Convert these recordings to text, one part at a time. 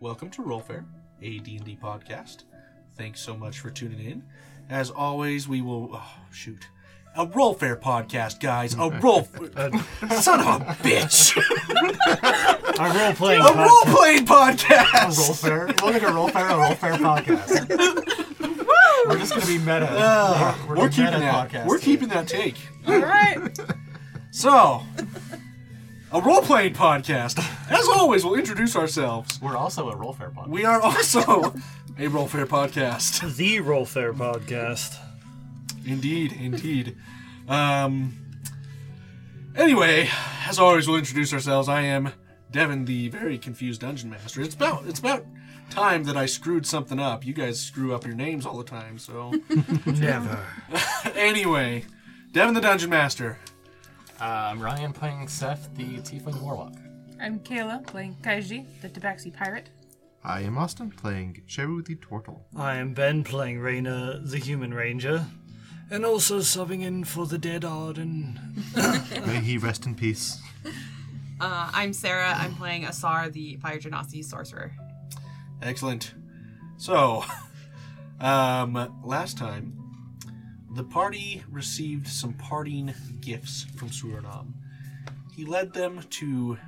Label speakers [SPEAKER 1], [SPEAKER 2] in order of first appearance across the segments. [SPEAKER 1] welcome to Rollfair, a D&D podcast. Thanks so much for tuning in. As always, we will oh, shoot a Rollfair podcast, guys. A roll, son of a bitch.
[SPEAKER 2] A role playing
[SPEAKER 1] A role playing podcast.
[SPEAKER 2] role fair. We'll make a role fair a role fair podcast. We're just gonna be meta. Yeah,
[SPEAKER 1] We're,
[SPEAKER 2] gonna be
[SPEAKER 1] keeping
[SPEAKER 2] meta
[SPEAKER 1] that.
[SPEAKER 2] podcast
[SPEAKER 1] We're
[SPEAKER 2] here.
[SPEAKER 1] keeping that take.
[SPEAKER 3] All right.
[SPEAKER 1] So, a role playing podcast. As always, we'll introduce ourselves.
[SPEAKER 2] We're also a role fair podcast.
[SPEAKER 1] We are also a Roll Fair podcast.
[SPEAKER 4] The Roll Fair podcast.
[SPEAKER 1] Indeed, indeed. Um, anyway, as always, we'll introduce ourselves. I am Devin, the very confused dungeon master. It's about it's about time that I screwed something up. You guys screw up your names all the time, so
[SPEAKER 5] Never.
[SPEAKER 1] anyway, Devin the dungeon master.
[SPEAKER 2] Uh, I'm Ryan playing Seth, the Tiefling Warlock.
[SPEAKER 3] I'm Kayla playing Kaiji, the Tabaxi pirate.
[SPEAKER 5] I am Austin playing Cheru the Turtle.
[SPEAKER 4] I am Ben playing Raina, the Human Ranger, and also subbing in for the Dead Arden.
[SPEAKER 5] May he rest in peace.
[SPEAKER 6] Uh, I'm Sarah. I'm playing Asar, the Fire Genasi sorcerer.
[SPEAKER 1] Excellent. So, um, last time, the party received some parting gifts from Surinam. He led them to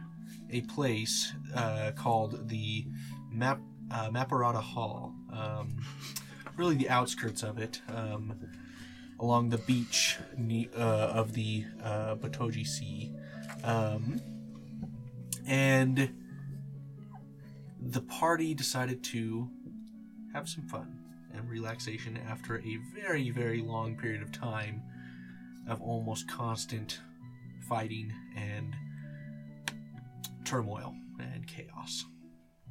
[SPEAKER 1] a place uh, called the Map uh, Maparata Hall, um, really the outskirts of it, um, along the beach ne- uh, of the uh, Batoji Sea, um, and the party decided to have some fun and relaxation after a very, very long period of time of almost constant fighting and turmoil and chaos.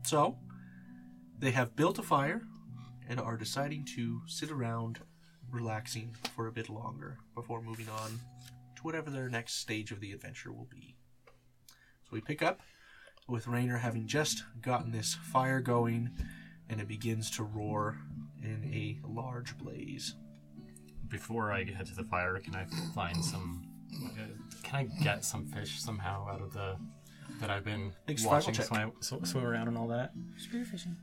[SPEAKER 1] So, they have built a fire and are deciding to sit around relaxing for a bit longer before moving on to whatever their next stage of the adventure will be. So, we pick up with Rainer having just gotten this fire going, and it begins to roar in a large blaze.
[SPEAKER 7] before I head to the fire, can I find some? Uh, can I get some fish somehow out of the that I've been
[SPEAKER 1] Make survival
[SPEAKER 7] watching
[SPEAKER 1] check.
[SPEAKER 7] swim, sw- swim around and all that?
[SPEAKER 3] Spearfishing.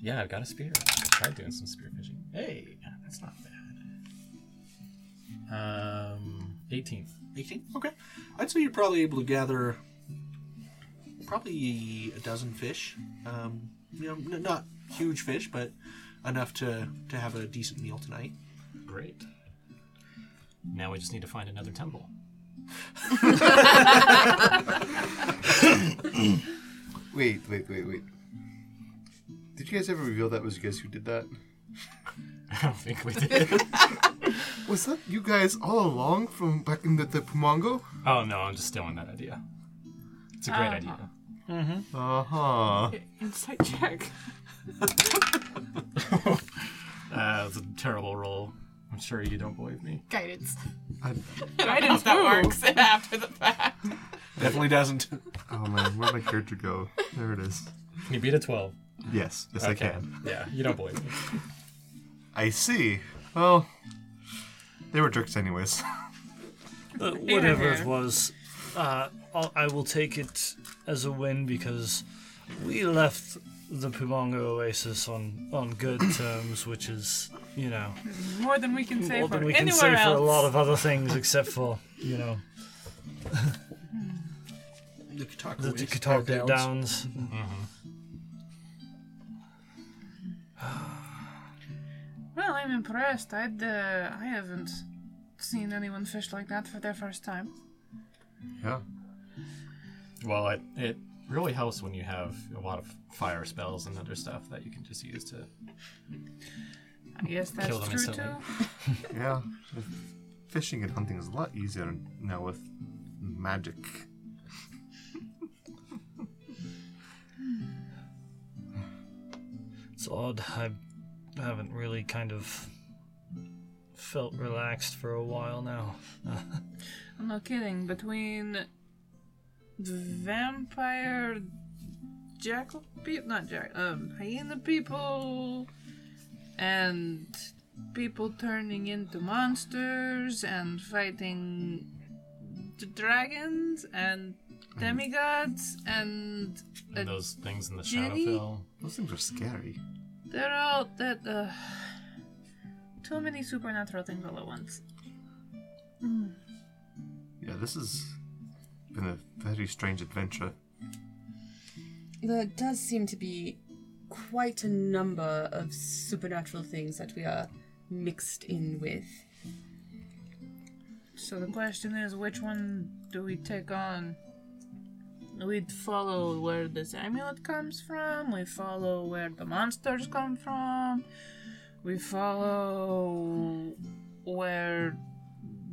[SPEAKER 7] Yeah, I've got a spear. I tried doing some spear fishing. Hey, that's not bad. Um, 18.
[SPEAKER 1] 18? Okay. I'd say you're probably able to gather probably a dozen fish. Um, you know, n- not huge fish, but enough to, to have a decent meal tonight.
[SPEAKER 7] Great. Now we just need to find another temple.
[SPEAKER 5] Wait, wait, wait, wait. Did you guys ever reveal that was you guys who did that?
[SPEAKER 7] I don't think we did.
[SPEAKER 5] Was that you guys all along from back in the, the Pumongo?
[SPEAKER 7] oh no, I'm just stealing that idea. It's a great idea.
[SPEAKER 5] Uh huh.
[SPEAKER 6] Insight check.
[SPEAKER 7] Uh, it's a terrible roll. I'm sure you don't believe me.
[SPEAKER 6] Guidance.
[SPEAKER 5] I-
[SPEAKER 6] Guidance that works after the fact.
[SPEAKER 1] Definitely doesn't.
[SPEAKER 5] Oh man, where'd my character go? There it is.
[SPEAKER 7] Can you beat a 12?
[SPEAKER 5] Yes, yes, I can.
[SPEAKER 7] Yeah, you don't believe me.
[SPEAKER 5] I see. Well, they were jerks, anyways.
[SPEAKER 4] Uh, whatever
[SPEAKER 3] here.
[SPEAKER 4] it was, uh, I'll, I will take it as a win because we left the Pumongo Oasis on, on good terms, which is, you know,
[SPEAKER 3] More than we can say
[SPEAKER 4] more
[SPEAKER 3] for
[SPEAKER 4] than we can say
[SPEAKER 3] anywhere else.
[SPEAKER 4] for a lot of other things except for, you know,
[SPEAKER 1] The Kotaku
[SPEAKER 4] the
[SPEAKER 1] is-
[SPEAKER 4] Catoctin
[SPEAKER 1] downs.
[SPEAKER 4] Downs.
[SPEAKER 3] Well, I'm impressed. I'd, uh, I haven't seen anyone fish like that for their first time.
[SPEAKER 5] Yeah.
[SPEAKER 7] Well, it, it really helps when you have a lot of fire spells and other stuff that you can just use to.
[SPEAKER 3] I guess that's
[SPEAKER 7] Kill them
[SPEAKER 3] true
[SPEAKER 7] instantly.
[SPEAKER 3] too.
[SPEAKER 5] Yeah. Fishing and hunting is a lot easier now with magic.
[SPEAKER 4] It's odd. I haven't really kind of felt relaxed for a while now.
[SPEAKER 3] I'm not kidding. Between vampire jackal people, not jack, um, hyena people, and people turning into monsters and fighting d- dragons and demigods, and
[SPEAKER 7] Mm.
[SPEAKER 3] uh,
[SPEAKER 7] And those things in the
[SPEAKER 3] Jenny?
[SPEAKER 7] Shadowfell.
[SPEAKER 5] Those things are scary.
[SPEAKER 3] they're all that. Uh, too many supernatural things all at once.
[SPEAKER 5] Yeah, this has been a very strange adventure.
[SPEAKER 8] There does seem to be quite a number of supernatural things that we are mixed in with.
[SPEAKER 3] So the question is, which one do we take on? We'd follow where this amulet comes from. We follow where the monsters come from. We follow where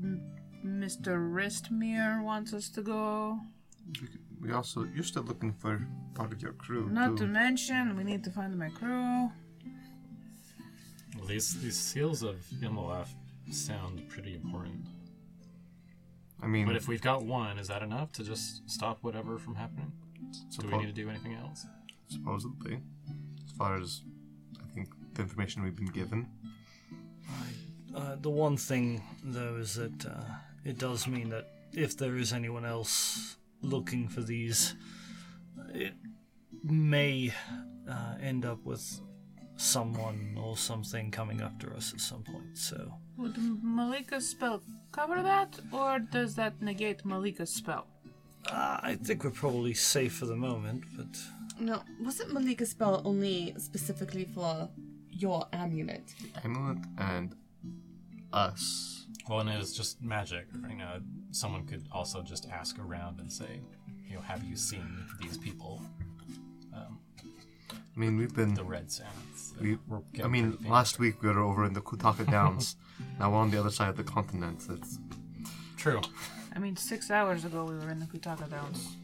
[SPEAKER 3] M- Mr. Wristmere wants us to go.
[SPEAKER 5] We also, you're still looking for part of your crew.
[SPEAKER 3] Not to
[SPEAKER 5] too.
[SPEAKER 3] mention, we need to find my crew.
[SPEAKER 7] Well, these these seals of Imolaf sound pretty important.
[SPEAKER 5] I mean,
[SPEAKER 7] But if we've got one, is that enough to just stop whatever from happening? Do we
[SPEAKER 5] suppo-
[SPEAKER 7] need to do anything else?
[SPEAKER 5] supposedly, as far as I think the information we've been given,
[SPEAKER 4] Uh, the one thing, though, is that uh, it does mean that if there is anyone else looking for these, it may uh, end up with someone or something coming after us at some point. So
[SPEAKER 3] Would Malika's spell cover that, or does that negate Malika's spell?
[SPEAKER 4] uh, I think we're probably safe for the moment, but
[SPEAKER 8] No, wasn't Malika's spell only specifically for your amulet?
[SPEAKER 5] amulet and us.
[SPEAKER 7] Well, and it's just magic. You know, someone could also just ask around and say, you know, have you seen these people?
[SPEAKER 5] I mean, we've been.
[SPEAKER 7] The Red Sands.
[SPEAKER 5] Hmm. We,
[SPEAKER 7] We're
[SPEAKER 5] I
[SPEAKER 7] getting
[SPEAKER 5] mean,
[SPEAKER 7] pretty famous.
[SPEAKER 5] last week we were over in the Kutaka Downs. now we're on the other side of the continent. It's,
[SPEAKER 7] True.
[SPEAKER 3] I mean, six hours ago we were in the Kutaka Downs.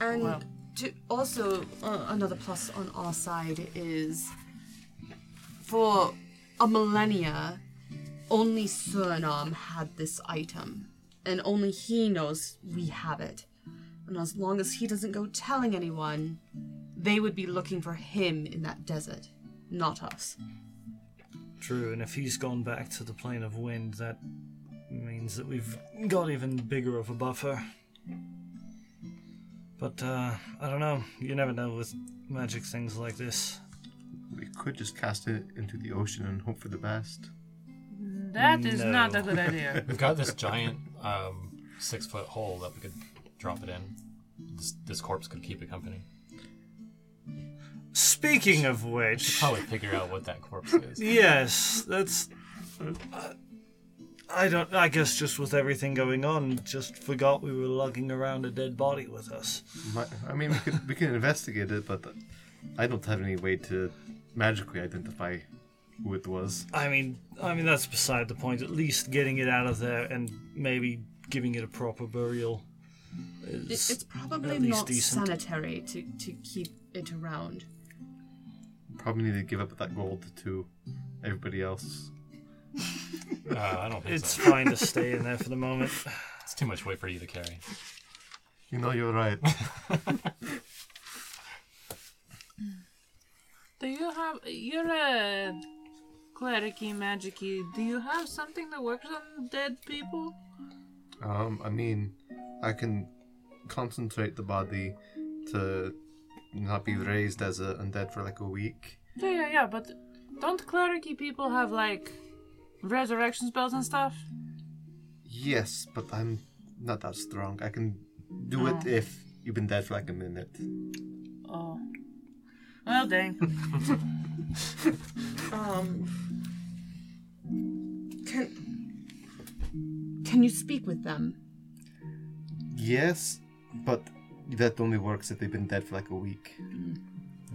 [SPEAKER 8] And
[SPEAKER 3] Wow.
[SPEAKER 8] to also uh, another plus on our side is for a millennia, only Surinam had this item, and only he knows we have it. And as long as he doesn't go telling anyone, they would be looking for him in that desert, not us.
[SPEAKER 4] true. And if he's gone back to the plane of wind, that means that we've got even bigger of a buffer. But uh, I don't know. You never know with magic things like this.
[SPEAKER 5] we could just cast it into the ocean and hope for the best.
[SPEAKER 3] That is not
[SPEAKER 4] No.
[SPEAKER 3] a good idea.
[SPEAKER 7] We've got this giant um, six foot hole that we could drop it in. This, this corpse could keep it company.
[SPEAKER 4] Speaking of which,
[SPEAKER 7] Probably figure out what that corpse is.
[SPEAKER 4] yes, that's. uh, I don't. I guess just with everything going on, just forgot we were lugging around a dead body with us.
[SPEAKER 5] My, I mean, we could we can investigate it, but I don't have any way to magically identify who it was.
[SPEAKER 4] I mean, I mean that's beside the point. At least getting it out of there and maybe giving it a proper burial. Is,
[SPEAKER 8] It, it's probably
[SPEAKER 4] at least
[SPEAKER 8] not
[SPEAKER 4] decent.
[SPEAKER 8] sanitary to, to keep it around.
[SPEAKER 5] Probably need to give up that gold to everybody else.
[SPEAKER 7] Uh, I don't think
[SPEAKER 4] It's
[SPEAKER 7] so.
[SPEAKER 4] fine to stay in there for the moment.
[SPEAKER 7] It's too much weight for you to carry.
[SPEAKER 5] You know, you're right.
[SPEAKER 3] Do you have? You're a clericy, magicy. Do you have something that works on dead people?
[SPEAKER 5] um, I mean, I can concentrate the body to not be raised as a undead for like a week.
[SPEAKER 3] Yeah, yeah, yeah. But don't clericy people have like resurrection spells and stuff?
[SPEAKER 5] Yes, but I'm not that strong. I can do it if you've been dead for like a minute.
[SPEAKER 3] Oh. Well, dang.
[SPEAKER 8] Um. Can. Can you speak with them?
[SPEAKER 5] Yes, but that only works if they've been dead for like a week.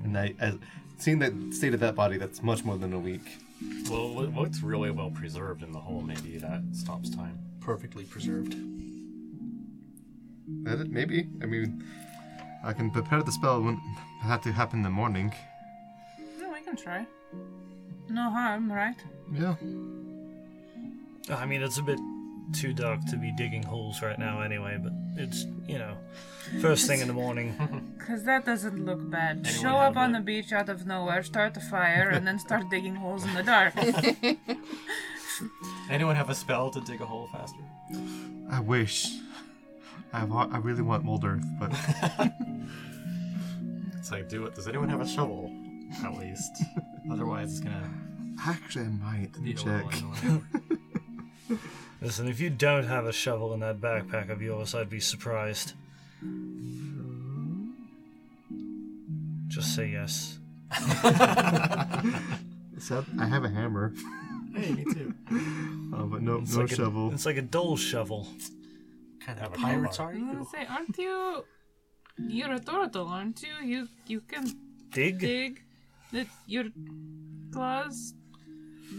[SPEAKER 5] And I, as, seeing the state of that body, that's much more than a week.
[SPEAKER 7] Well, what- what's really well preserved in the hole, maybe that stops time.
[SPEAKER 1] Perfectly preserved.
[SPEAKER 5] That it, maybe. I mean, I can prepare the spell when it had to happen in the morning.
[SPEAKER 3] No, we can try. No harm, right?
[SPEAKER 5] Yeah.
[SPEAKER 4] I mean, it's a bit too dark to be digging holes right now, anyway. But it's you know, first thing in the morning.
[SPEAKER 3] Cause that doesn't look bad.
[SPEAKER 7] Anyone
[SPEAKER 3] Show up
[SPEAKER 7] have
[SPEAKER 3] on
[SPEAKER 7] a-
[SPEAKER 3] the beach out of nowhere, start a fire, and then start digging holes in the dark.
[SPEAKER 7] Anyone have a spell to dig a hole faster?
[SPEAKER 5] I wish. I I, wa- I really want mold earth, but
[SPEAKER 7] It's like, do it. Does anyone have a shovel? At least. Otherwise, it's gonna
[SPEAKER 5] actually I might Let me
[SPEAKER 7] be a little
[SPEAKER 5] check.
[SPEAKER 7] annoying.
[SPEAKER 4] Listen, if you don't have a shovel in that backpack of yours, I'd be surprised. Just say yes.
[SPEAKER 5] So I have a hammer,
[SPEAKER 7] hey, me too.
[SPEAKER 5] uh, but no,
[SPEAKER 4] It's
[SPEAKER 5] no
[SPEAKER 4] like
[SPEAKER 5] shovel.
[SPEAKER 4] A, it's like a doll shovel.
[SPEAKER 1] kind
[SPEAKER 7] Have
[SPEAKER 1] of
[SPEAKER 7] a
[SPEAKER 1] pirates
[SPEAKER 7] crowbar.
[SPEAKER 1] are
[SPEAKER 3] I was gonna
[SPEAKER 1] you?
[SPEAKER 3] say, aren't you? You're a turtle, aren't you? You you can
[SPEAKER 4] Dig?
[SPEAKER 3] dig. That your claws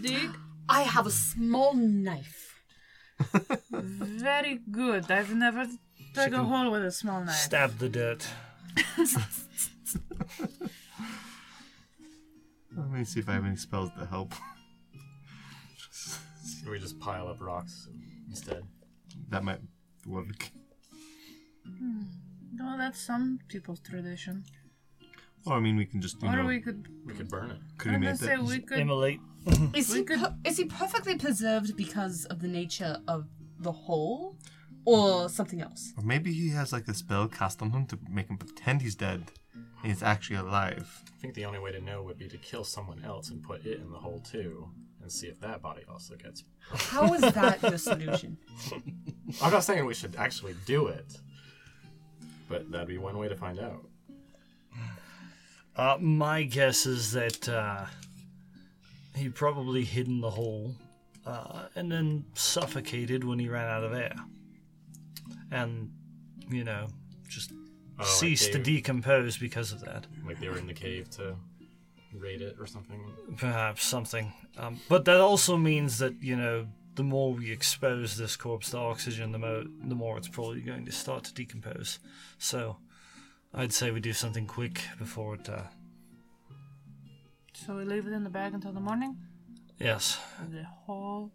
[SPEAKER 3] dig.
[SPEAKER 8] I have a small knife.
[SPEAKER 3] Very good. I've never dug a hole with a small knife.
[SPEAKER 4] Stab the dirt.
[SPEAKER 5] Let me see if I have any spells that help.
[SPEAKER 7] Should we just pile up rocks instead?
[SPEAKER 5] that might work.
[SPEAKER 3] No, that's some people's tradition.
[SPEAKER 5] Or I mean, we can just you
[SPEAKER 3] or
[SPEAKER 5] know
[SPEAKER 3] we could.
[SPEAKER 7] We could burn it.
[SPEAKER 3] I'm
[SPEAKER 5] cremate
[SPEAKER 3] gonna say
[SPEAKER 5] it.
[SPEAKER 3] we could.
[SPEAKER 4] Immolate.
[SPEAKER 8] Is he, per- is he perfectly preserved because of the nature of the hole, or something else?
[SPEAKER 5] Or maybe he has like a spell cast on him to make him pretend he's dead, and he's actually alive.
[SPEAKER 7] I think the only way to know would be to kill someone else and put it in the hole too, and see if that body also gets.
[SPEAKER 8] How is that your solution?
[SPEAKER 7] I'm not saying we should actually do it, but that'd be one way to find out.
[SPEAKER 4] Uh, my guess is that uh, he probably hid in the hole uh, and then suffocated when he ran out of air. And, you know, just
[SPEAKER 7] Oh, like
[SPEAKER 4] ceased to
[SPEAKER 7] they-
[SPEAKER 4] decompose because of that.
[SPEAKER 7] Like they were in the cave to raid it or something.
[SPEAKER 4] Perhaps something. Um, but that also means that, you know, the more we expose this corpse to oxygen, the, mo- the more it's probably going to start to decompose. So I'd say we do something quick before it. Uh,
[SPEAKER 3] So we leave it in the bag until the morning.
[SPEAKER 4] yes.
[SPEAKER 3] The whole.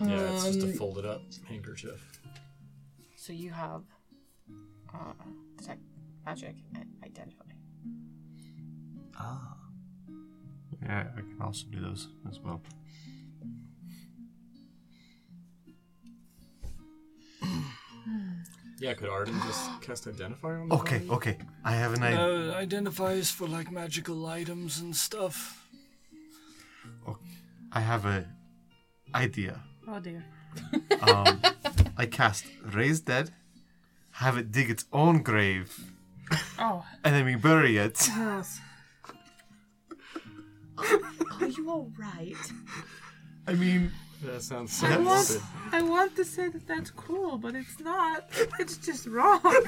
[SPEAKER 7] Yeah, it's
[SPEAKER 5] Um,
[SPEAKER 7] just a folded up handkerchief.
[SPEAKER 8] So you have uh, detect magic and identify.
[SPEAKER 4] Ah.
[SPEAKER 5] Yeah, I can also do those as well.
[SPEAKER 7] Yeah, could Arden just cast Identify on the
[SPEAKER 5] Okay,
[SPEAKER 7] body?
[SPEAKER 5] okay, I have an
[SPEAKER 3] Uh,
[SPEAKER 5] idea.
[SPEAKER 4] No, identifies for like magical items and stuff.
[SPEAKER 5] I have a idea.
[SPEAKER 3] Oh dear.
[SPEAKER 5] Um, I cast raise dead, have it dig its own grave,
[SPEAKER 3] Oh,
[SPEAKER 5] and then we bury it.
[SPEAKER 3] gross.
[SPEAKER 8] Are you alright?
[SPEAKER 5] I mean,
[SPEAKER 7] That sounds
[SPEAKER 3] I
[SPEAKER 7] so
[SPEAKER 3] want,
[SPEAKER 7] morbid.
[SPEAKER 3] I want to say that that's cool, but it's not. It's just wrong.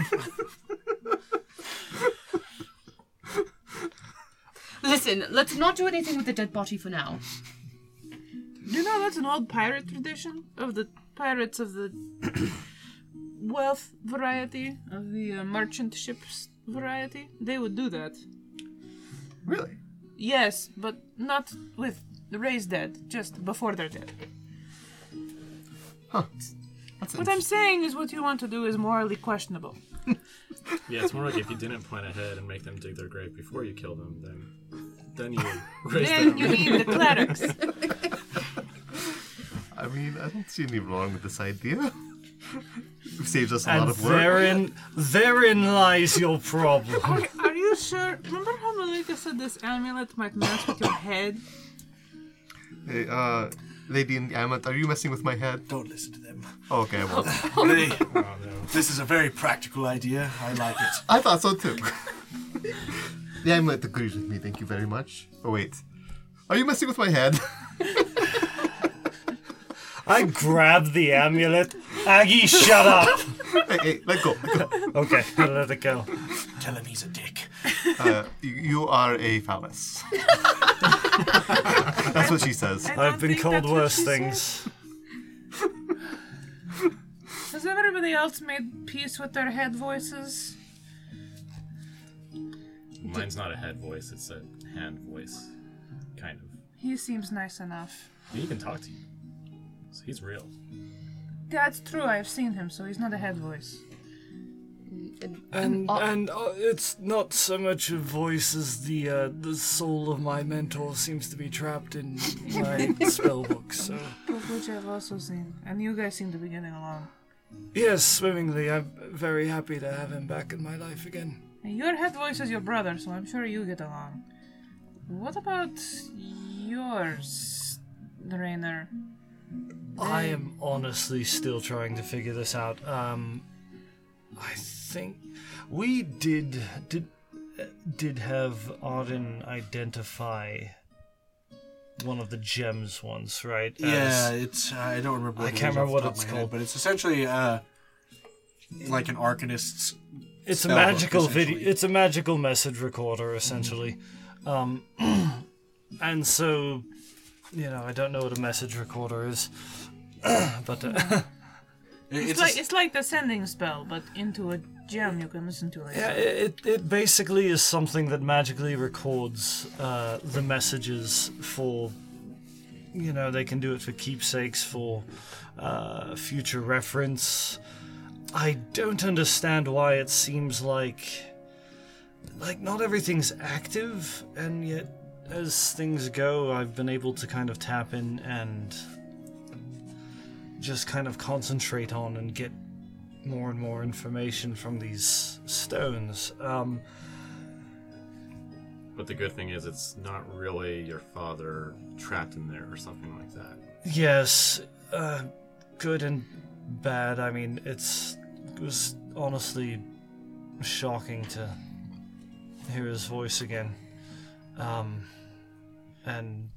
[SPEAKER 8] Listen, let's not do anything with the dead body for now.
[SPEAKER 3] you know, that's an old pirate tradition of the pirates of the wealth variety, of the uh, merchant ships variety. They would do that.
[SPEAKER 5] really?
[SPEAKER 3] Yes, but not with raised dead, just before they're dead.
[SPEAKER 5] Huh.
[SPEAKER 3] What I'm saying is, what you want to do is morally questionable.
[SPEAKER 7] Yeah, it's more like if you didn't plan ahead and make them dig their grave before you kill them, then then you raise
[SPEAKER 3] Then
[SPEAKER 7] them.
[SPEAKER 3] you need the clerics.
[SPEAKER 5] I mean, I don't see any wrong with this idea. it saves us a lot
[SPEAKER 4] And
[SPEAKER 5] of work.
[SPEAKER 4] therein, therein lies your problem.
[SPEAKER 3] Are, are you sure? Remember how Malika said this amulet might mess with your head?
[SPEAKER 5] Hey, uh, Lady in the Amulet, are you messing with my head?
[SPEAKER 1] Don't listen to them.
[SPEAKER 5] Oh, okay, well,
[SPEAKER 1] Really,
[SPEAKER 7] Oh no.
[SPEAKER 1] this is a very practical idea. I like it.
[SPEAKER 5] I thought so too. the Amulet agrees with me, thank you very much. Oh, wait. Are you messing with my head?
[SPEAKER 4] I grabbed the amulet. Aggie, shut up.
[SPEAKER 5] hey, hey, let go, let go.
[SPEAKER 4] Okay, I let it go.
[SPEAKER 1] Tell him he's a dick.
[SPEAKER 5] Uh, you, you are a phallus. That's what she says.
[SPEAKER 3] I
[SPEAKER 4] I've
[SPEAKER 3] don't
[SPEAKER 4] been
[SPEAKER 3] think
[SPEAKER 4] called
[SPEAKER 3] that's what
[SPEAKER 4] worse
[SPEAKER 3] she said.
[SPEAKER 4] things.
[SPEAKER 3] Has everybody else made peace with their head voices?
[SPEAKER 7] Mine's not a head voice, it's a hand voice. Kind of.
[SPEAKER 3] He seems nice enough.
[SPEAKER 7] He can talk to you. So he's real.
[SPEAKER 3] That's true. I've seen him, so he's not a head voice.
[SPEAKER 4] And and uh, it's not so much a voice as the uh, the soul of my mentor seems to be trapped in my spellbook. So
[SPEAKER 3] Of which I've also seen, and you guys seem to be getting along.
[SPEAKER 4] Yes, swimmingly. I'm very happy to have him back in my life again.
[SPEAKER 3] Your head voice is your brother, so I'm sure you get along. What about yours, Rainer?
[SPEAKER 4] I am honestly still trying to figure this out. Um, I think we did did uh, did have Arden identify one of the gems once, right?
[SPEAKER 1] Yeah, it's uh, I don't remember.
[SPEAKER 4] I
[SPEAKER 1] it
[SPEAKER 4] can't
[SPEAKER 1] is off
[SPEAKER 4] remember
[SPEAKER 1] the
[SPEAKER 4] what
[SPEAKER 1] top of
[SPEAKER 4] it's
[SPEAKER 1] my head,
[SPEAKER 4] called.
[SPEAKER 1] but it's essentially uh, like an arcanist's.
[SPEAKER 4] it's a
[SPEAKER 1] spell book,
[SPEAKER 4] magical video
[SPEAKER 1] essentially. Mm-hmm.
[SPEAKER 4] it's a magical message recorder essentially um and so you know i don't know what a message recorder is but uh,
[SPEAKER 1] It's,
[SPEAKER 3] It's,
[SPEAKER 1] it's
[SPEAKER 3] like it's like the sending spell, but into a gem you can listen to later.
[SPEAKER 4] yeah, it, it basically is something that magically records uh, the messages for you know they can do it for keepsakes for uh, future reference i don't understand why it seems like like not everything's active and yet as things go i've been able to kind of tap in and just kind of concentrate on and get more and more information from these stones um,
[SPEAKER 7] But the good thing is, it's not really your father trapped in there or something like that.
[SPEAKER 4] yes uh, good and bad i mean it's it was honestly shocking to hear his voice again um, and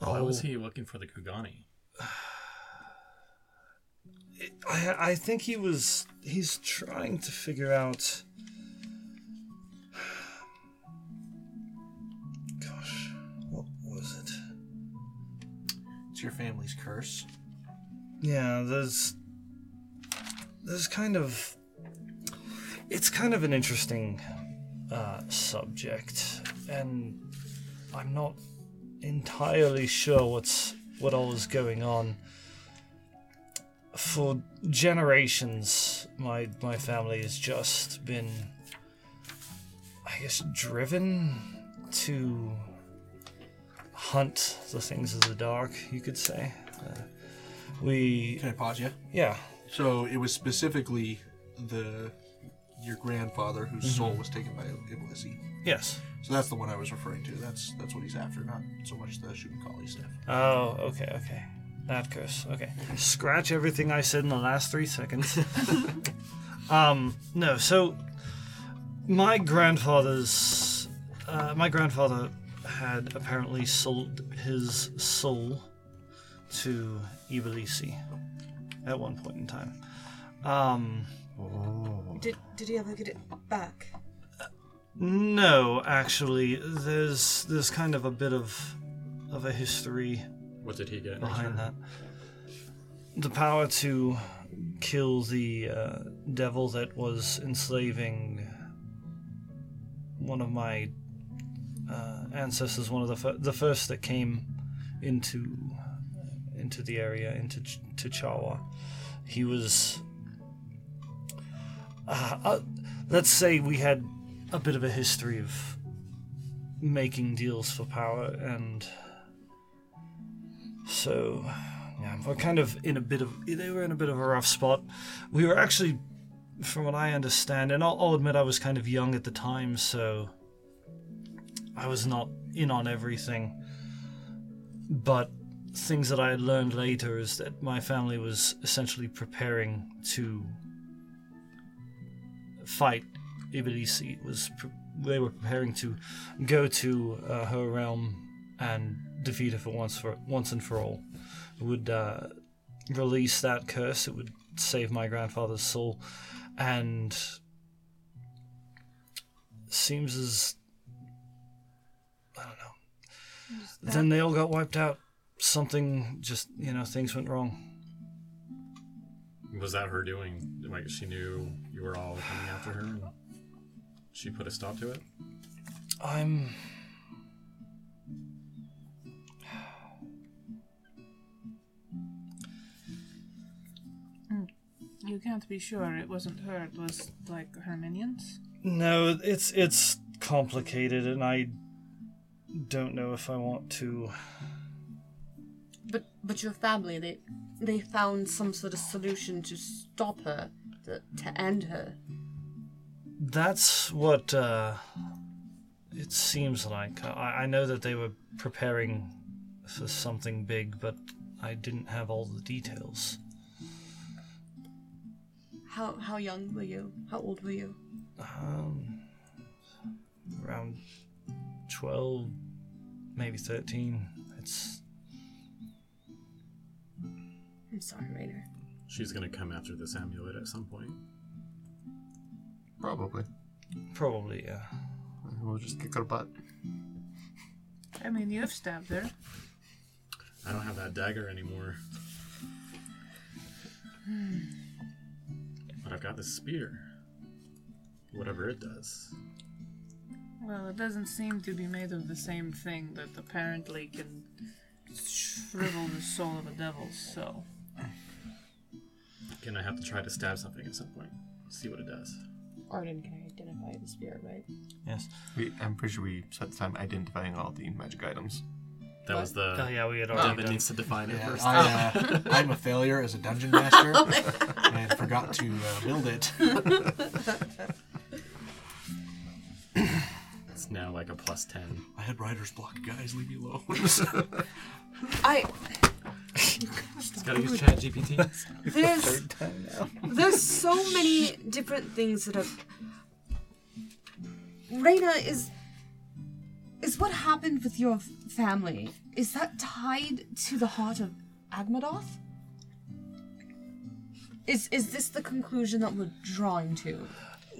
[SPEAKER 7] Why was
[SPEAKER 4] Oh.
[SPEAKER 7] he looking for the Kugani?
[SPEAKER 4] I, I think he was he's trying to figure out gosh what was it
[SPEAKER 1] your family's curse.
[SPEAKER 4] yeah there's there's kind of it's kind of an interesting uh, subject and i'm not entirely sure what's what all is going on for generations my my family has just been i guess driven to hunt the things of the dark you could say Uh, we
[SPEAKER 1] Can I pause you?
[SPEAKER 4] yeah
[SPEAKER 1] So it was specifically the your grandfather whose
[SPEAKER 4] Mm-hmm.
[SPEAKER 1] soul was taken by Iblisi.
[SPEAKER 4] yes
[SPEAKER 1] So that's the one I was referring to. That's that's what he's after, not so much the shooting collie stuff.
[SPEAKER 4] Oh, okay, okay. That curse. Okay. Scratch everything I said in the last three seconds. um, no, so my grandfather's. Uh, my grandfather had apparently sold his soul to Iblisi at one point in time. Um,
[SPEAKER 8] Did, did he ever get it back?
[SPEAKER 4] no, actually, there's there's kind of a bit of of a history
[SPEAKER 7] What did he get? in
[SPEAKER 4] behind
[SPEAKER 7] return?
[SPEAKER 4] that. The power to kill the uh, devil that was enslaving one of my uh, ancestors, one of the fir- the first that came into uh, into the area into Ch- to Chawa. He was. Uh, uh, let's say we had a bit of a history of making deals for power and so, yeah, we're kind of in a bit of. They were in a bit of a rough spot. We were actually, from what I understand, and I'll, I'll admit I was kind of young at the time, so I was not in on everything. But things that I had learned later is that my family was essentially preparing to fight Ibilisi. It was pre- they were preparing to go to uh, her realm and defeat it for once for once and for all. It would uh, release that curse. It would save my grandfather's soul, and seems as I don't know. Then they all got wiped out. Something just you know things went wrong.
[SPEAKER 7] Was that her doing? Like she knew you were all coming after her, and she put a stop to it.
[SPEAKER 4] I'm.
[SPEAKER 3] You can't be sure it wasn't her. It was like her minions.
[SPEAKER 4] No, it's it's complicated, and I don't know if I want to
[SPEAKER 8] But but your family, they they found some sort of solution to stop her, to, to end her.
[SPEAKER 4] That's what uh, it seems like. I, I know that they were preparing for something big, but I didn't have all the details.
[SPEAKER 8] How how young were you? How old were you?
[SPEAKER 4] Um, around 12, maybe 13. It's.
[SPEAKER 8] I'm sorry, Rainer.
[SPEAKER 7] She's gonna come after this amulet at some point.
[SPEAKER 9] Probably.
[SPEAKER 4] Probably, uh, yeah.
[SPEAKER 9] We'll just kick her butt.
[SPEAKER 3] I mean, you've stabbed her.
[SPEAKER 7] I don't have that dagger anymore. But I've got this spear. Whatever it does.
[SPEAKER 3] Well, it doesn't seem to be made of the same thing that apparently can shrivel the soul of a devil, so.
[SPEAKER 7] Gonna have to try to stab something at some point. See what it does.
[SPEAKER 8] Arden can identify the spirit, right?
[SPEAKER 4] Yes.
[SPEAKER 9] We, I'm pretty sure we spent time identifying all the magic items.
[SPEAKER 7] That was the.
[SPEAKER 4] Oh, yeah, we had
[SPEAKER 7] Devin
[SPEAKER 4] already done.
[SPEAKER 7] needs to define it first.
[SPEAKER 1] I, uh, I'm a failure as a dungeon master and forgot to uh, build it.
[SPEAKER 7] It's now like a plus 10.
[SPEAKER 1] I had writer's block, guys. Leave me alone.
[SPEAKER 8] I
[SPEAKER 7] It's gotta use ChatGPT.
[SPEAKER 8] there's there's so many different things that have. Raina is is what happened with your f- family. Is that tied to the heart of Agmadoth? Is is this the conclusion that we're drawing to?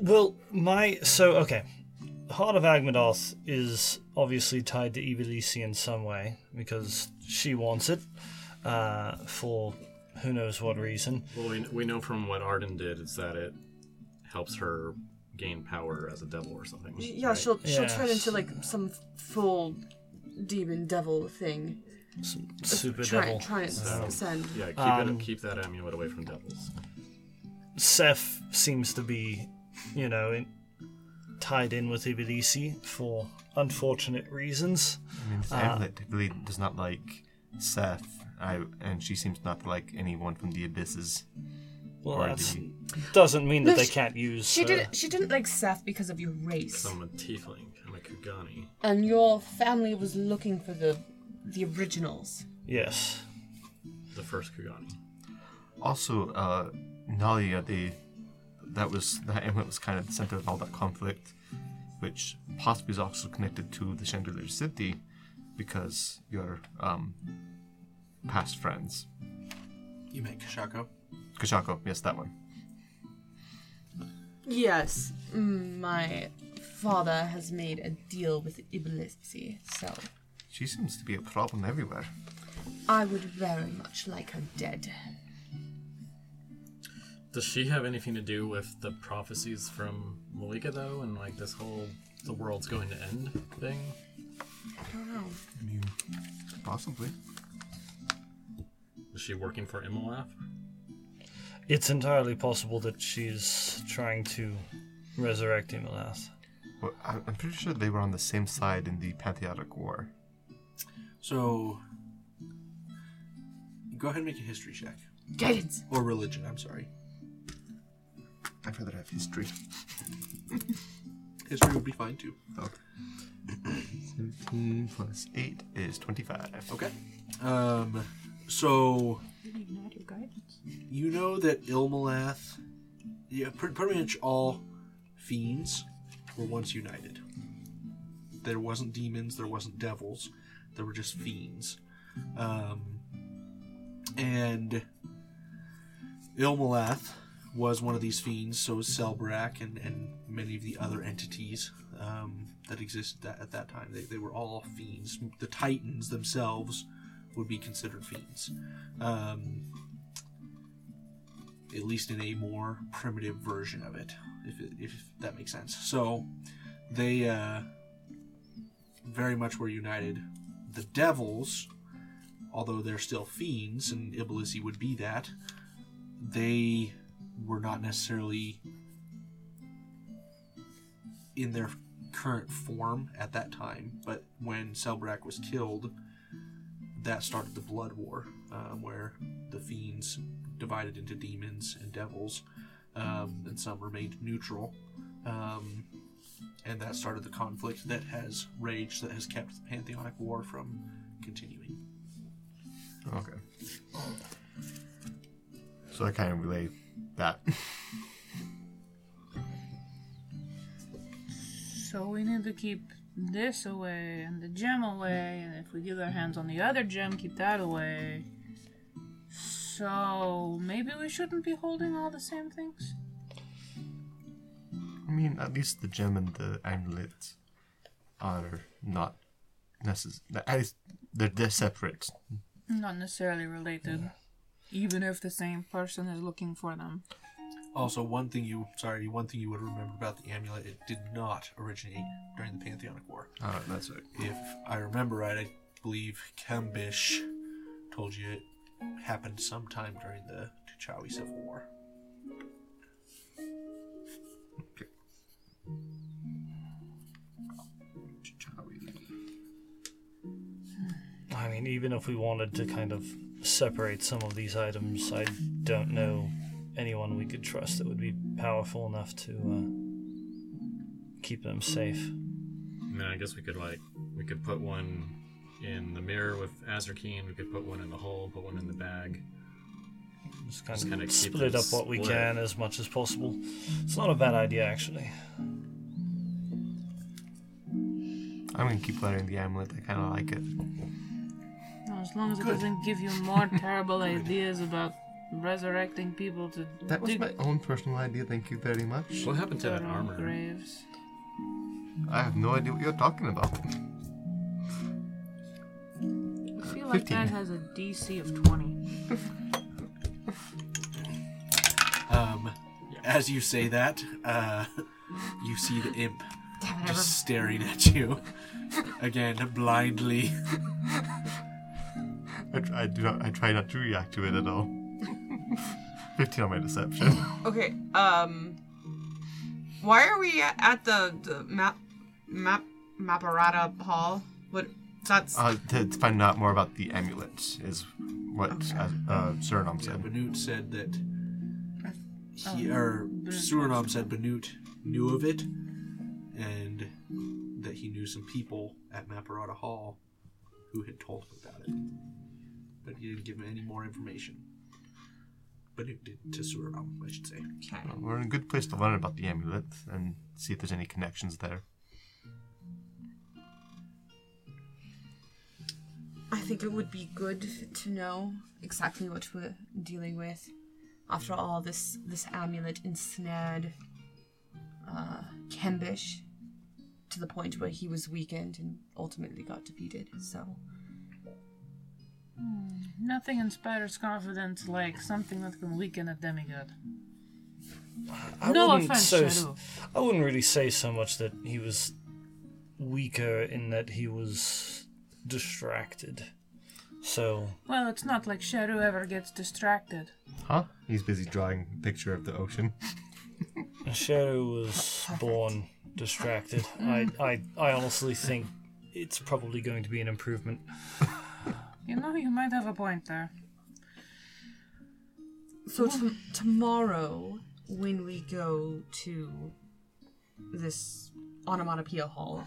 [SPEAKER 4] Well, my so okay. Heart of Agmadoth is obviously tied to Ivelisse in some way because she wants it uh, for who knows what reason.
[SPEAKER 7] well, we, we know from what Arden did is that it helps her gain power as a devil or something.
[SPEAKER 8] Yeah, she'll she'll turn
[SPEAKER 4] Yes.
[SPEAKER 8] into like some full demon devil thing.
[SPEAKER 4] Some super
[SPEAKER 8] try,
[SPEAKER 4] devil.
[SPEAKER 8] Try and ascend.
[SPEAKER 7] Yeah, keep,
[SPEAKER 4] Um,
[SPEAKER 7] it, keep that amulet away from devils.
[SPEAKER 4] Seth seems to be, you know, in, tied in with Ivelisse for unfortunate
[SPEAKER 9] I
[SPEAKER 4] reasons.
[SPEAKER 5] Uh.
[SPEAKER 9] mean, this amulet really does not like Seth, I, and she seems not to like anyone from the abysses.
[SPEAKER 4] Well,
[SPEAKER 9] Or
[SPEAKER 4] that
[SPEAKER 9] the-
[SPEAKER 4] doesn't mean that
[SPEAKER 8] No,
[SPEAKER 4] they
[SPEAKER 8] she-
[SPEAKER 4] can't use.
[SPEAKER 8] She
[SPEAKER 4] uh,
[SPEAKER 8] didn't. She didn't like Seth because of your race,
[SPEAKER 7] I'm a tiefling. I'm a Kugani.
[SPEAKER 8] and your family was looking for the the originals.
[SPEAKER 4] Yes.
[SPEAKER 7] The first Kugani.
[SPEAKER 9] Also, uh, Nalia, they that was that amulet was kind of the center of all that conflict, which possibly is also connected to the Chandelier City, because your um, past friends,
[SPEAKER 1] you make Kashako.
[SPEAKER 9] Kashako, yes, that one.
[SPEAKER 8] Yes, mm, my father has made a deal with Iblisi, so
[SPEAKER 9] She seems to be a problem everywhere.
[SPEAKER 8] I would very much like her dead.
[SPEAKER 7] Does she have anything to do with the prophecies from Malika, though, and like this whole the world's going to end thing?
[SPEAKER 8] I don't know.
[SPEAKER 9] I mean, possibly.
[SPEAKER 7] Is she working for Imolaf?
[SPEAKER 4] It's entirely possible that she's trying to resurrect Imalath.
[SPEAKER 9] Well, I, I'm pretty sure they were on the same side in the Pantheotic War.
[SPEAKER 1] So, go ahead and make a history check.
[SPEAKER 8] Guidance.
[SPEAKER 1] Or religion, I'm sorry.
[SPEAKER 9] I'd rather have history.
[SPEAKER 1] History would be fine too.
[SPEAKER 9] 17 plus 8 is 25.
[SPEAKER 1] Okay. Um, so, you know that Ilmalath, yeah, pretty, pretty much all fiends were once united. There wasn't demons, there wasn't devils, there were just fiends. Um, and Ilmalath was one of these fiends, so was Selbrak and, and many of the other entities um, that existed that, at that time. They, they were all fiends. The Titans themselves would be considered fiends. Um, at least in a more primitive version of it, if, it, if that makes sense. So they uh, very much were united. The devils, although they're still fiends, and Iblisi would be that, they were not necessarily in their current form at that time, but when Selbrak was killed, that started the Blood War, um, where the fiends divided into demons and devils, um, and some remained neutral. Um, and that started the conflict that has raged, that has kept the Pantheonic War from continuing.
[SPEAKER 5] Okay. So I kind of relay that.
[SPEAKER 3] So we need to keep this away and the gem away, and if we get our hands on the other gem, keep that away. So maybe we shouldn't be holding all the same things.
[SPEAKER 5] I mean, at least the gem and the amulet are not necessary. At least they're, they're separate.
[SPEAKER 3] Not necessarily related, even if the same person is looking for them.
[SPEAKER 1] Also, one thing you sorry, one thing you would remember about the amulet, it did not originate during the Pantheonic War.
[SPEAKER 5] Uh, that's right.
[SPEAKER 1] If I remember right, I believe Kambish told you it happened sometime during the T'Chawi Civil War.
[SPEAKER 4] I mean, even if we wanted to kind of separate some of these items, I don't know anyone we could trust that would be powerful enough to uh, keep them safe.
[SPEAKER 7] I mean, I guess we could like we could put one in the mirror with Azrakeen. We could put one in the hole. Put one in the bag.
[SPEAKER 4] Just kind
[SPEAKER 7] Just kinda
[SPEAKER 4] of
[SPEAKER 7] keep
[SPEAKER 4] split
[SPEAKER 7] them
[SPEAKER 4] up what we
[SPEAKER 7] split.
[SPEAKER 4] can as much as possible. It's not a bad idea, actually.
[SPEAKER 5] I'm gonna keep wearing the amulet. I kind of like it.
[SPEAKER 3] No, as long as it doesn't give you more terrible ideas about resurrecting people to
[SPEAKER 5] That was
[SPEAKER 3] dig
[SPEAKER 5] my own personal idea. Thank you very much.
[SPEAKER 7] What happened to
[SPEAKER 3] their
[SPEAKER 7] that
[SPEAKER 3] own
[SPEAKER 7] armor?
[SPEAKER 3] graves.
[SPEAKER 5] I have no idea what you're talking about.
[SPEAKER 3] I
[SPEAKER 5] Uh,
[SPEAKER 3] feel like
[SPEAKER 5] 15.
[SPEAKER 3] that has a DC of 20.
[SPEAKER 1] Um, As you say that, uh, you see the imp just staring at you again blindly.
[SPEAKER 5] I, tr- I do not. I try not to react to it at all. Fifteen on my deception.
[SPEAKER 10] Okay. Um. Why are we a- at the the map map maparata hall? What? That's
[SPEAKER 5] Uh, to, to find out more about the amulet is what uh, uh, Surinam
[SPEAKER 1] Yeah,
[SPEAKER 5] said.
[SPEAKER 1] Benute said that he or Surinam said Benute knew of it and that he knew some people at Maparata Hall who had told him about it. But he didn't give him any more information. Benute did to Surinam, I should say.
[SPEAKER 10] okay.
[SPEAKER 5] Well, We're in a good place to learn about the amulet and see if there's any connections there.
[SPEAKER 8] I think it would be good to know exactly what we're dealing with. After all, this this amulet ensnared uh, Kembish to the point where he was weakened and ultimately got defeated. So
[SPEAKER 3] Nothing inspires confidence like something that can weaken a demigod.
[SPEAKER 4] I
[SPEAKER 3] No
[SPEAKER 4] wouldn't
[SPEAKER 3] offense,
[SPEAKER 4] so,
[SPEAKER 3] Shadow.
[SPEAKER 4] I wouldn't really say so much that he was weaker in that he was distracted. So
[SPEAKER 3] Well, it's not like Shadow ever gets distracted.
[SPEAKER 5] Huh? He's busy drawing a picture of the ocean.
[SPEAKER 4] Shadow was born distracted. I, I, I honestly think it's probably going to be an improvement.
[SPEAKER 3] You know, you might have a point there.
[SPEAKER 8] So t- tomorrow, when we go to this onomatopoeia hall,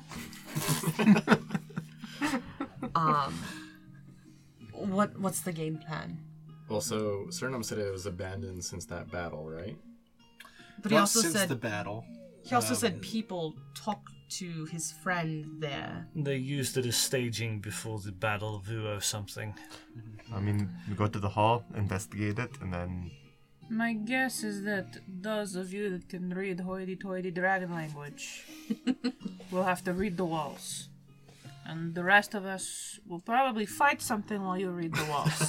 [SPEAKER 8] um, what what's the game plan?
[SPEAKER 7] Also, Surinam said it was abandoned since that battle, right?
[SPEAKER 8] But he
[SPEAKER 1] Not
[SPEAKER 8] also
[SPEAKER 1] since
[SPEAKER 8] said
[SPEAKER 1] the battle.
[SPEAKER 8] he also
[SPEAKER 1] um,
[SPEAKER 8] said people talk to his friend there.
[SPEAKER 4] They used it as staging before the Battle of Uo something.
[SPEAKER 5] I mean, we go to the hall, investigate it, and then
[SPEAKER 3] My guess is that those of you that can read hoity toity dragon language will have to read the walls. And the rest of us will probably fight something while you read the walls.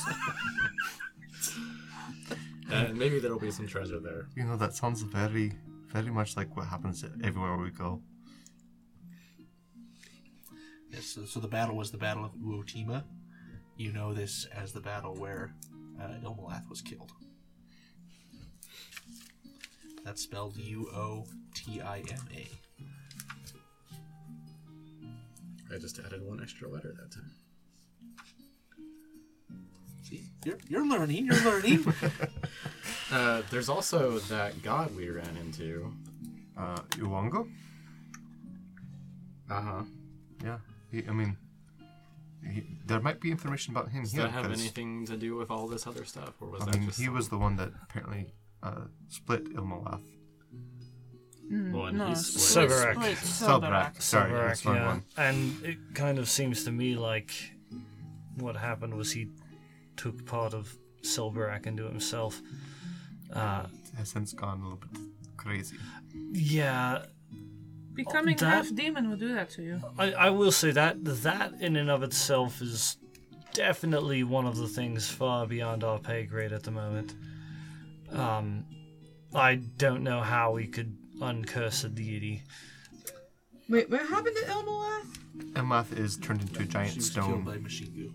[SPEAKER 7] And Uh, maybe there'll be some treasure there.
[SPEAKER 5] you know that sounds very, very much like what happens everywhere we go.
[SPEAKER 1] Yes, so, so the battle was the Battle of Uotima. You know this as the battle where uh, Ilmalath was killed. That's spelled U O T I M A.
[SPEAKER 7] I just added one extra letter that time.
[SPEAKER 1] You're, you're learning. You're learning.
[SPEAKER 7] Uh, there's also that god we ran into.
[SPEAKER 9] Uh, Uwango?
[SPEAKER 7] Uh huh.
[SPEAKER 9] Yeah. He, I mean, he, there might be information about him
[SPEAKER 7] Does
[SPEAKER 9] here.
[SPEAKER 7] that have
[SPEAKER 9] 'cause,
[SPEAKER 7] anything to do with all this other stuff, or was
[SPEAKER 9] I
[SPEAKER 7] that
[SPEAKER 9] mean,
[SPEAKER 7] just
[SPEAKER 9] he was the one that apparently uh, split Ilmalath.
[SPEAKER 7] well, and
[SPEAKER 3] no,
[SPEAKER 7] he's
[SPEAKER 3] split-
[SPEAKER 4] Severak.
[SPEAKER 3] split
[SPEAKER 9] Selbrak.
[SPEAKER 3] Selbrak.
[SPEAKER 9] Sorry,
[SPEAKER 4] Correct,
[SPEAKER 9] that's the wrong
[SPEAKER 4] yeah.
[SPEAKER 9] one.
[SPEAKER 4] And it kind of seems to me like what happened was he took part of Silberak into himself. Uh,
[SPEAKER 9] Has since gone a little bit crazy.
[SPEAKER 4] yeah,
[SPEAKER 3] Becoming
[SPEAKER 4] That-
[SPEAKER 3] half demon will do that to you.
[SPEAKER 4] I, I will say that that in and of itself is definitely one of the things far beyond our pay grade at the moment. Um, I don't know how we could uncurse a deity.
[SPEAKER 6] Wait, what happened to Elmalath?
[SPEAKER 9] Ilmalath is turned into a
[SPEAKER 1] She
[SPEAKER 9] giant
[SPEAKER 1] was killed by
[SPEAKER 9] stone.
[SPEAKER 1] machine goo.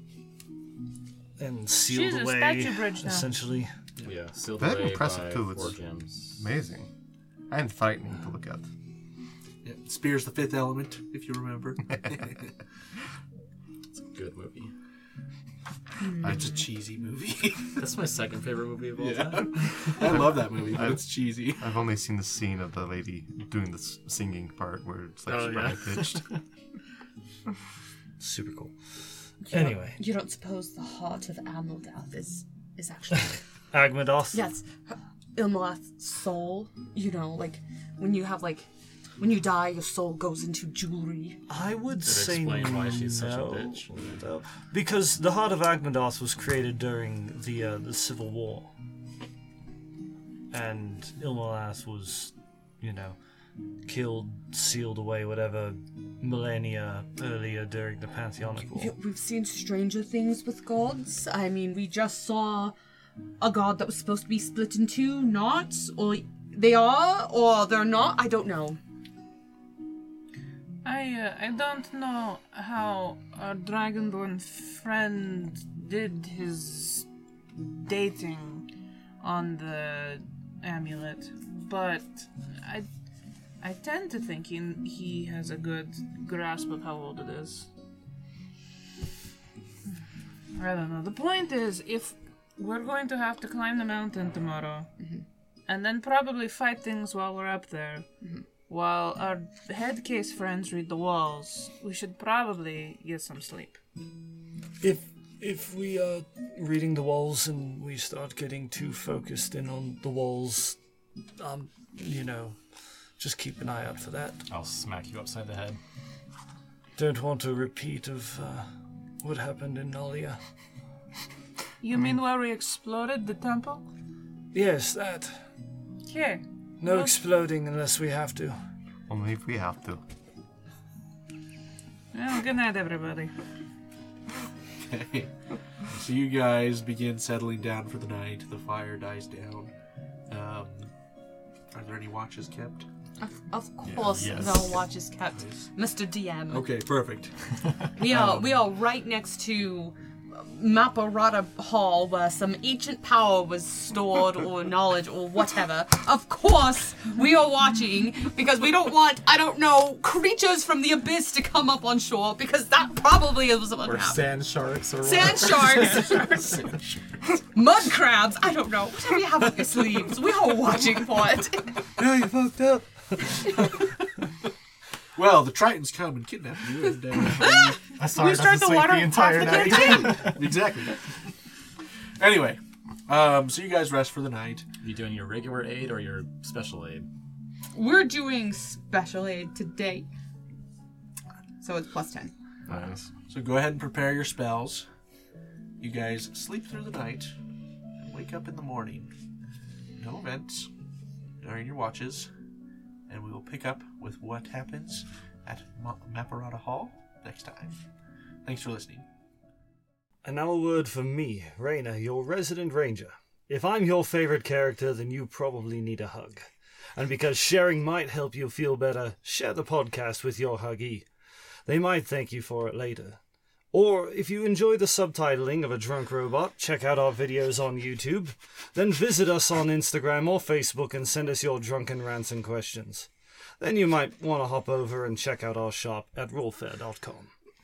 [SPEAKER 4] And sealed
[SPEAKER 3] She's a
[SPEAKER 4] away,
[SPEAKER 3] statue bridge now.
[SPEAKER 4] essentially.
[SPEAKER 7] yeah, sealed
[SPEAKER 9] Very
[SPEAKER 7] away
[SPEAKER 9] impressive,
[SPEAKER 7] by
[SPEAKER 9] too.
[SPEAKER 7] four
[SPEAKER 9] It's-
[SPEAKER 7] gems.
[SPEAKER 9] Amazing. And frightening to look at.
[SPEAKER 1] Yeah, Spears the fifth element, if you remember.
[SPEAKER 7] It's a good movie.
[SPEAKER 1] it's a cheesy movie.
[SPEAKER 7] That's my second favorite movie of all time.
[SPEAKER 1] I love that movie, but it's cheesy.
[SPEAKER 9] I've only seen the scene of the lady doing the s- singing part where it's like
[SPEAKER 7] Oh,
[SPEAKER 9] super
[SPEAKER 7] yeah.
[SPEAKER 9] high pitched.
[SPEAKER 4] Super cool. Anyway,
[SPEAKER 8] You don't suppose the heart of Amaldath is is actually
[SPEAKER 4] Agmadoth.
[SPEAKER 8] yes, her- Ilmalath's soul. You know, like when you have like when you die, your soul goes into jewelry.
[SPEAKER 4] I would
[SPEAKER 7] That
[SPEAKER 4] say
[SPEAKER 7] explain why she's such a
[SPEAKER 4] no,
[SPEAKER 7] bitch.
[SPEAKER 4] though, because the heart of Agmadoth was created during the uh, the Civil War, and Ilmalath was, you know, killed, sealed away, whatever, millennia earlier during the Pantheonic War.
[SPEAKER 8] You- We've seen stranger things with gods. I mean, we just saw a god that was supposed to be split in two, not or they are or they're not. I don't know.
[SPEAKER 3] I uh, I don't know how our dragonborn friend did his dating on the amulet, but I I tend to think he, he has a good grasp of how old it is. I don't know. The point is, if we're going to have to climb the mountain tomorrow, and then probably fight things while we're up there. While our headcase friends read the walls, we should probably get some sleep.
[SPEAKER 4] If if we are reading the walls and we start getting too focused in on the walls, um, you know, just keep an eye out for that.
[SPEAKER 7] I'll smack you upside the head.
[SPEAKER 4] Don't want a repeat of uh, what happened in Nalia.
[SPEAKER 3] You mean where we exploded the temple?
[SPEAKER 4] Yes, that.
[SPEAKER 3] Okay.
[SPEAKER 4] No exploding unless we have to.
[SPEAKER 9] Only if we have to.
[SPEAKER 3] Well, good night, everybody.
[SPEAKER 1] so you guys begin settling down for the night. The fire dies down. Um, are there any watches kept?
[SPEAKER 8] Of, of course,
[SPEAKER 7] yes.
[SPEAKER 8] the watch is kept, Mr. DM.
[SPEAKER 1] Okay, perfect.
[SPEAKER 8] We
[SPEAKER 7] Um,
[SPEAKER 8] are we are right next to Maparata Hall, where some ancient power was stored, or knowledge, or whatever. Of course, we are watching because we don't want I don't know creatures from the abyss to come up on shore because that probably is what
[SPEAKER 7] Or
[SPEAKER 8] happened.
[SPEAKER 7] sand sharks or
[SPEAKER 8] Sand sharks, mud crabs. I don't know. Whatever you have up your sleeves, we are watching for it.
[SPEAKER 9] No, you fucked up!
[SPEAKER 1] Well, the Tritons come and kidnap you, and uh,
[SPEAKER 7] I saw we start the water the entire night.
[SPEAKER 1] exactly. Anyway, um, so you guys rest for the night.
[SPEAKER 7] You doing your regular aid or your special aid?
[SPEAKER 8] We're doing special aid today, so it's plus ten.
[SPEAKER 7] Nice.
[SPEAKER 1] So go ahead and prepare your spells. You guys sleep through the night and wake up in the morning. No events during your watches, and we will pick up with what happens at Ma- Maparata Hall next time. Thanks for listening.
[SPEAKER 4] And now a word from me, Raina, your resident ranger. If I'm your favorite character, then you probably need a hug. And because sharing might help you feel better, share the podcast with your huggy. They might thank you for it later. Or if you enjoy the subtitling of a drunk robot, check out our videos on YouTube. Then visit us on Instagram or Facebook and send us your drunken rants and questions. Then you might want to hop over and check out our shop at rollfair.com.